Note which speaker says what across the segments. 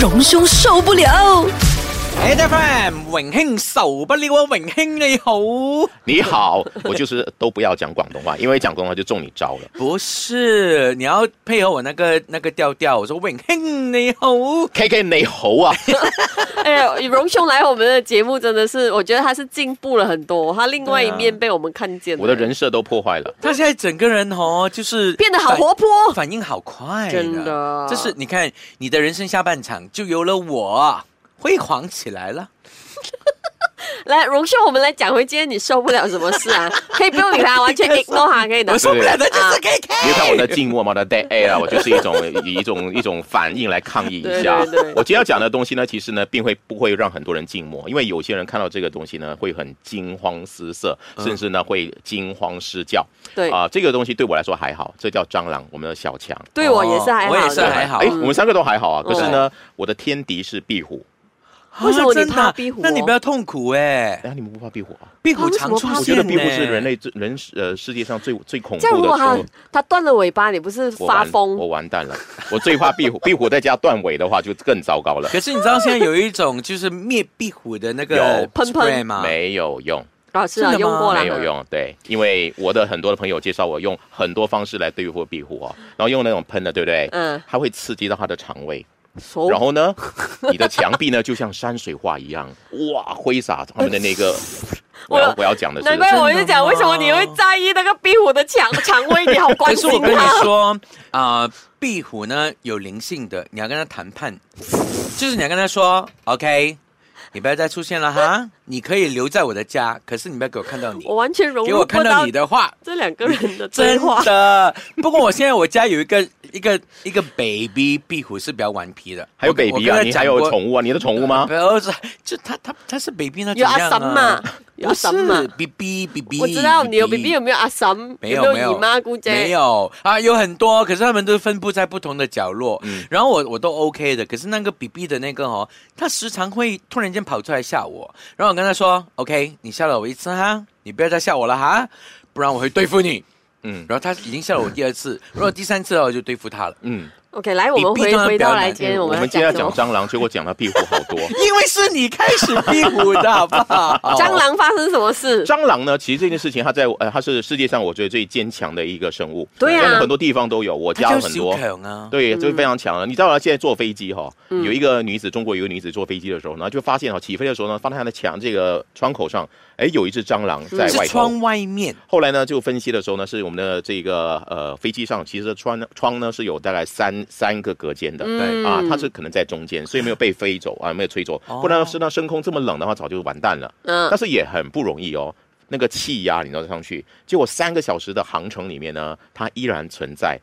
Speaker 1: 荣兄受不了。
Speaker 2: A F M，榮兄受不了啊！榮兄你好，
Speaker 3: 你好， 我就是都不要讲广东话，因为讲广东话就中你 招了。
Speaker 2: 不是你要配合我那个那个调调，我说榮兄你好，
Speaker 3: K K 你好 啊，
Speaker 4: 哎呀，荣兄来我们的节目真的是，我觉得他是进步了很多，他另外一面被我们看见了。
Speaker 3: 我的人设都破坏了。
Speaker 2: 他现在整个人哦，就是
Speaker 4: 变得好
Speaker 2: 反
Speaker 4: 活泼，
Speaker 2: 反应好快，
Speaker 4: 真的
Speaker 2: 这是你看你的人生下半场就有了我，辉煌起来了。
Speaker 4: 来，荣兄，我们来讲回今天你受不了什么 事啊？可以不用理他，完全 ignore 他，可以的
Speaker 2: 我。受不了的就是
Speaker 4: 啊
Speaker 2: K K，
Speaker 3: 你看我的静默嘛，我的 dead air 啊，我就是一种 以一种一种反应来抗议一下。
Speaker 4: 对对对
Speaker 3: 我今天要讲的东西呢，其实呢，并会不会让很多人静默，因为有些人看到这个东西呢，会很惊慌失色，甚至呢会惊慌失叫。
Speaker 4: 嗯对
Speaker 3: 啊、这个东西对我来说还好，这叫蟑螂，我们的小强。
Speaker 4: 对我也是还好嗯
Speaker 2: 啊我
Speaker 4: 的，
Speaker 2: 也是还好
Speaker 3: 哎，我们三个都还好啊，可是呢，我的天敌是壁虎。
Speaker 2: 啊
Speaker 4: 为什么你
Speaker 2: 真的
Speaker 4: 怕壁虎哦
Speaker 2: 那你不要痛苦哎
Speaker 3: 哎，呀，你们不怕壁虎啊？
Speaker 2: 壁虎常出现呢。
Speaker 4: 啊
Speaker 3: 我
Speaker 4: 为
Speaker 3: 觉
Speaker 4: 什么怕
Speaker 3: 得壁虎是人类最人呃世界上最最恐
Speaker 4: 这样
Speaker 3: 怖
Speaker 4: 如
Speaker 3: 的
Speaker 4: 果
Speaker 3: 生
Speaker 4: 他
Speaker 3: 物。
Speaker 4: 他断了尾巴，你不是
Speaker 3: 我
Speaker 4: 发
Speaker 3: 完
Speaker 4: 疯
Speaker 3: 我？完蛋了！我最怕壁虎，壁虎再加断尾的话就更糟糕 了。
Speaker 2: 可是你知道现在有一种就是灭壁虎的那个
Speaker 3: 有
Speaker 4: 喷喷
Speaker 2: spray 吗？
Speaker 3: 没有用，
Speaker 4: 老师啊，
Speaker 2: 真的吗
Speaker 4: 用过了，
Speaker 3: 没有。用。对，因为我的很多的朋友介绍我用很多方式来对付壁虎哦，然后用那种喷的，对不对？
Speaker 4: 嗯哦
Speaker 3: 它会刺激到它的肠胃，
Speaker 4: 手
Speaker 3: 然后呢，你的墙壁呢就像山水画一样，哇，挥洒他们的那个。我要
Speaker 4: 我
Speaker 3: 我要讲的是
Speaker 4: 难，怪我就
Speaker 2: 真的
Speaker 4: 讲，
Speaker 2: 吗
Speaker 4: 为什么你会在意那个壁虎的肠肠胃？你好关
Speaker 2: 可是
Speaker 4: 心
Speaker 2: 我跟你
Speaker 4: 它。
Speaker 2: 说啊、呃壁虎呢有灵性的，你要跟它谈判，就是你要跟它说，OK，你不要再出现了哈，你可以留在我的家，可是你不要给我看到你
Speaker 4: 我，完全融
Speaker 2: 给
Speaker 4: 入
Speaker 2: 我
Speaker 4: 不
Speaker 2: 看
Speaker 4: 到
Speaker 2: 到你的话，
Speaker 4: 这两个人的对
Speaker 2: 真
Speaker 4: 话。
Speaker 2: 的。不过我现在我家有一个 一个一个 baby 壁虎是比较顽皮的，
Speaker 3: 还有
Speaker 2: 我跟
Speaker 3: baby 啊，
Speaker 2: 我跟
Speaker 3: 你
Speaker 2: 它
Speaker 3: 还
Speaker 2: 讲过
Speaker 3: 有宠物啊，你的宠物吗
Speaker 2: 不？要是就它它它是 baby 那怎
Speaker 4: 有阿
Speaker 2: 样
Speaker 4: 三嘛
Speaker 2: 啊？？
Speaker 4: 有阿三嘛？
Speaker 2: ，B B B B，
Speaker 4: 我知道你有 BB 有没有阿三？
Speaker 2: 没
Speaker 4: 有
Speaker 2: 有
Speaker 4: 没
Speaker 2: 没
Speaker 4: 有
Speaker 2: 有
Speaker 4: 姨妈姑姐？
Speaker 2: 没有啊，有很多，可是他们都分布在不同的角落。然后我我都 OK 的，可是那个 BB 的那个哦，他时常会突然间跑出来吓我，然后我跟他说 OK，你吓了我一次哈，你不要再吓我了哈，不然我会对付你。
Speaker 3: 嗯
Speaker 2: 然后他已经吓了我第二次，如果第三次的话我就对付他了，
Speaker 3: 嗯，
Speaker 4: OK，来，我们
Speaker 2: 比
Speaker 4: 回
Speaker 2: 比当然
Speaker 4: 回
Speaker 2: 比较
Speaker 4: 到
Speaker 2: 难
Speaker 4: 来今天嗯我
Speaker 3: 我
Speaker 4: 们要
Speaker 3: 们今天要
Speaker 4: 讲什
Speaker 3: 讲
Speaker 4: 么？
Speaker 3: 蟑螂，结果讲到壁虎好多。
Speaker 2: 因为是你开始逼我的好不好？
Speaker 4: 蟑螂发生什么事？
Speaker 3: 蟑螂呢，其实这件事情，它在呃，它是世界上我觉得最坚强的一个生物。
Speaker 4: 对啊
Speaker 3: 真的很多地方都有，我
Speaker 2: 它
Speaker 3: 家有
Speaker 2: 叫
Speaker 3: 很
Speaker 2: 小
Speaker 3: 多。
Speaker 2: 强啊，
Speaker 3: 对，就非常强了。你知道吗？现在坐飞机哈、有一个女子，中国有一个女子坐飞机的时候呢，就发现哈、起飞的时候呢，发现她的墙这个窗口上，哎，有一只蟑螂在
Speaker 2: 嗯是
Speaker 3: 外头。
Speaker 2: 窗外面，
Speaker 3: 后来呢，就分析的时候呢，是我们的这个呃飞机上其实窗窗呢是有大概三三个隔间的，
Speaker 4: 嗯
Speaker 3: 啊，它是可能在中间，所以没有被飞走啊，没有吹走，不然是那升空这么冷的话，早就完蛋了。
Speaker 4: 嗯
Speaker 3: 但，是也很不容易哦。那个气压你知道上去，结果三个小时的航程里面呢，它依然存在，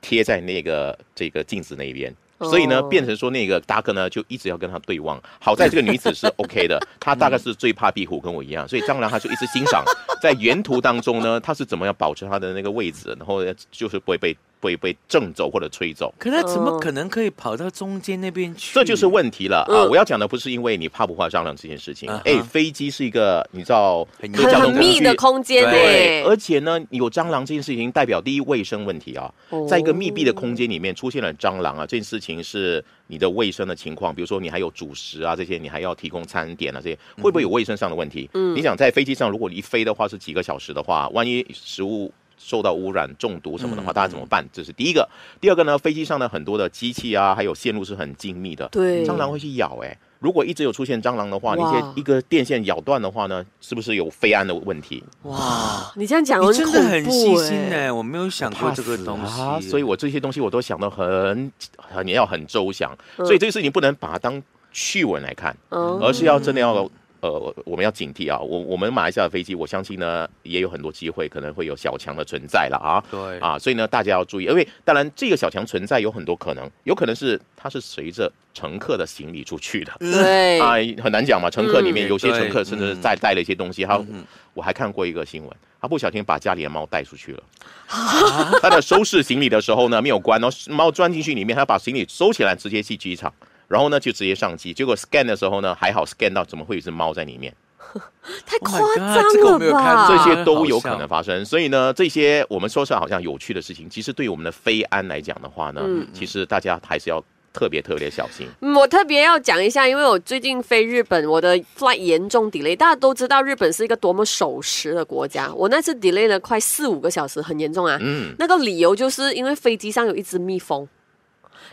Speaker 3: 贴在那个这个镜子那边。所以呢，
Speaker 4: 哦
Speaker 3: 变成说那个大哥呢，就一直要跟他对望。好在这个女子是 OK 的，她大概是最怕壁虎，跟我一样，所以蟑螂她就一直欣 赏。在沿途当中呢，她是怎么样保持她的那个位置，然后就是不会被不会被震走或者吹走。
Speaker 2: 可是它怎
Speaker 4: 哦
Speaker 2: 么可能可以跑到中间那边去？
Speaker 3: 这就是问题了啊！
Speaker 4: 嗯
Speaker 3: 我要讲的不是因为你怕不怕蟑螂这件事情
Speaker 2: 嗯，
Speaker 3: 哎，
Speaker 2: 哼
Speaker 3: 飞机是一个你知道
Speaker 2: 很
Speaker 3: 一个
Speaker 2: 有
Speaker 3: 交
Speaker 4: 很
Speaker 3: 通
Speaker 4: 很
Speaker 3: 工
Speaker 4: 密
Speaker 3: 具
Speaker 4: 的空间
Speaker 3: 对，
Speaker 4: 呢
Speaker 3: 而。且呢，有蟑螂这件事情代表第一卫生问题啊
Speaker 4: 哦，
Speaker 3: 在一个密闭的空间里面出现了蟑螂啊，这件事情是你的卫生的情况，比如说你还有主食啊这些，你还要提供餐点啊这些，
Speaker 4: 嗯
Speaker 3: 会不会有卫生上的问题？嗯，你想在飞机上，如果你一飞的话是几个小时的话，万一食物。受到污染、中毒什么
Speaker 4: 嗯
Speaker 3: 的话，大家怎么办？这是第一个。第二个呢，飞机上的很多的机器啊，还有线路是很精密的，
Speaker 4: 对
Speaker 3: 蟑螂会去咬哎、如果一直有出现蟑螂的话，你
Speaker 4: 哇
Speaker 3: 这一个电线咬断的话呢，是不是有飞安的问题？
Speaker 2: 哇，
Speaker 4: 你这样讲
Speaker 2: 你
Speaker 4: 很
Speaker 2: 真
Speaker 4: 恐
Speaker 2: 的很细
Speaker 4: 怖
Speaker 2: 心
Speaker 4: 哎。
Speaker 2: 哎，我没有想过
Speaker 3: 欸怕
Speaker 2: 这个
Speaker 3: 死
Speaker 2: 东
Speaker 3: 啊
Speaker 2: 西，
Speaker 3: 所以我这些东西我都想到很很也要很周详，
Speaker 2: 嗯
Speaker 3: 所以这个事情不能把它当趣闻来看，
Speaker 4: 嗯，
Speaker 3: 而是要真的要。呃，我我们要警惕啊！我我们马来西亚的飞机，我相信呢也有很多机会可能会有小强的存在了啊。
Speaker 2: 对
Speaker 3: 啊，所以呢大家要注意，因为当然这个小强存在有很多可能，有可能是它是随着乘客的行李出去的，
Speaker 4: 对，
Speaker 2: 哎
Speaker 3: 啊，很难讲嘛。乘客里
Speaker 2: 嗯
Speaker 3: 面有些
Speaker 2: 对
Speaker 3: 乘客甚至
Speaker 2: 嗯
Speaker 3: 带带了一些东西，他我还看过一个新闻，他不小心把家里的猫带出去了。 他在收拾行李的时候呢，没有关，然后猫钻进去里面，他把行李收起来，直接去机场，然后呢就直接上机。结果 scan 的时候呢，还好 scan 到怎么会有一只猫在里面，
Speaker 4: 太
Speaker 2: Oh
Speaker 4: 夸
Speaker 2: my
Speaker 4: 张
Speaker 2: God，这个我没
Speaker 4: 了
Speaker 2: 有看
Speaker 4: 吧？
Speaker 2: 啊
Speaker 3: 这些都有可
Speaker 2: 好笑
Speaker 3: 能发生。所以呢，这
Speaker 2: 嗯
Speaker 3: 些我们说是好像有趣的事情，其实对于我们的飞安来讲的话呢，其实大家还是要特别特别小心。
Speaker 4: 嗯，我特别要讲一下，因为我最近飞日本，我的 flight 严重 delay。大家都知道日本是一个多么守时的国家，我那次 delay 了快四五个小时，很严重啊。
Speaker 3: 嗯，
Speaker 4: 那个理由就是因为飞机上有一只蜜蜂。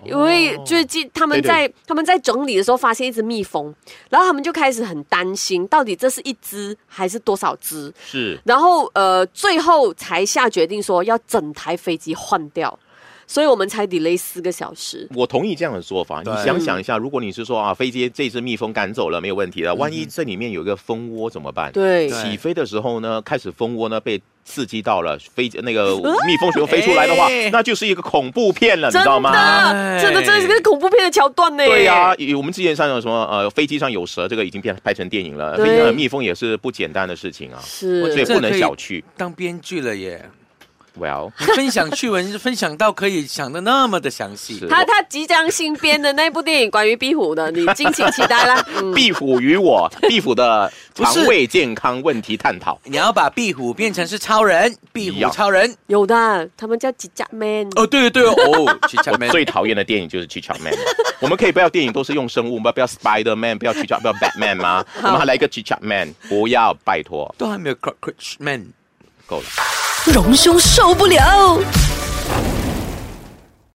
Speaker 4: 因为最近他们
Speaker 3: 对对
Speaker 4: 在他们在整理的时候发现一只蜜蜂，然后他们就开始很担心，到底这是一只还是多少只？
Speaker 3: 是
Speaker 4: 然后呃，最后才下决定说要整台飞机换掉，所以我们才 delay 四个小时。
Speaker 3: 我同意这样的说法。你
Speaker 2: 对
Speaker 3: 想想一下，如果你是说啊，飞机这只蜜蜂赶走了没有问题的，万一这里面有一个蜂窝怎么办？
Speaker 4: 对
Speaker 2: 嗯对
Speaker 3: 起飞的时候呢，开始蜂窝呢被刺激到了，飞那个蜜蜂群飞出来的话
Speaker 2: 哎，
Speaker 3: 那就是一个恐怖片了，
Speaker 4: 哎
Speaker 3: 你
Speaker 4: 真
Speaker 3: 知道吗？
Speaker 4: 的，
Speaker 2: 哎
Speaker 4: 真的，这是个恐怖片的桥段呢。
Speaker 3: 对啊呀、以我们之前上有什么呃，飞机上有蛇，这个已经变拍成电影了。
Speaker 4: 对
Speaker 3: 飞机上的蜜蜂也是不简单的事情啊，
Speaker 4: 是
Speaker 2: 我
Speaker 3: 所以
Speaker 2: 觉得
Speaker 3: 不能小觑。
Speaker 2: 当编剧了耶！
Speaker 3: Well，
Speaker 2: 你分享趣闻分享到可以想的那么的详细
Speaker 3: 是，
Speaker 4: 他他即将新编的那部电影关于壁虎的，你敬请期待啦。嗯，
Speaker 3: 壁虎与 我，壁虎的
Speaker 2: 不
Speaker 3: 肠
Speaker 2: 是
Speaker 3: 胃健康问题探讨。
Speaker 2: 你要把壁虎变成是超人，壁
Speaker 3: 一
Speaker 2: 虎
Speaker 3: 样
Speaker 2: 超人。
Speaker 4: 有的，他们叫吉甲 man。
Speaker 2: 哦，对对对哦，哦，去前面
Speaker 3: 我最讨厌的电影就是《c h i c h Man》，我 们可以不要电影都是用生物吗？不要 Spider Man，不要 c h i c h 不要 Batman 吗？我们还来一个 c h i c h Man，不要，拜托，
Speaker 2: 都还没有 Crutch Man。
Speaker 3: 够了。
Speaker 1: 荣兄受不了。